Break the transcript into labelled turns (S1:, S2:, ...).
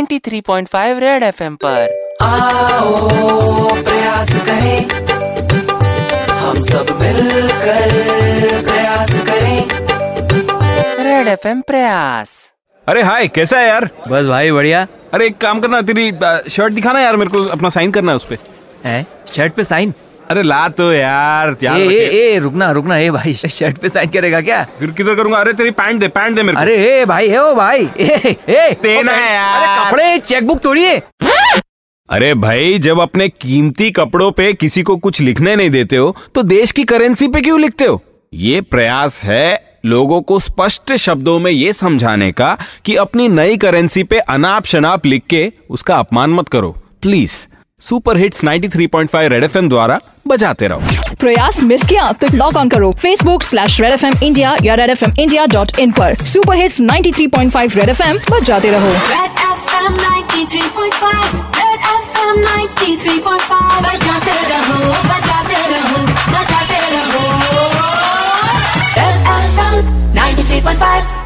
S1: 93.5 red FM पर
S2: आओ प्रयास करें हम सब मिलकर प्रयास करें
S1: रेड एफएम प्रयास
S3: अरे हाय कैसा है यार
S4: बस भाई बढ़िया
S3: अरे एक काम करना तेरी आ, शर्ट दिखाना यार मेरे को अपना साइन करना है उस पे
S4: है शर्ट पे साइन
S3: अरे ला तो यार
S4: ए,
S3: यार
S4: ए, ए रुकना रुकना ए भाई शर्ट पे साइन करेगा क्या
S3: फिर किधर करूंगा अरे तेरी पैंट दे पैंट दे मेरे को
S4: अरे ए भाई है ओ भाई ए ए
S3: देना है यार।
S4: अरे कपड़े चेकबुक तोड़िए
S3: अरे भाई जब अपने कीमती कपड़ों पे किसी को कुछ लिखने नहीं देते हो तो देश की करेंसी पे क्यों लिखते हो ये प्रयास है लोगों को स्पष्ट शब्दों में ये समझाने का कि अपनी नई करेंसी पे अनाप शनाप लिख के उसका अपमान मत करो please super hits 93.5 red FM द्वारा बजाते रहो
S5: प्रयास मिस किया तो लॉग ऑन करो Facebook slash red F M India या red F M India dot in पर super hits 93.5 red F M जाते रहो
S6: Red FM 93.5 Red FM 93.5 बजाते रहो बजाते रहो बजाते रहो Red FM 93.5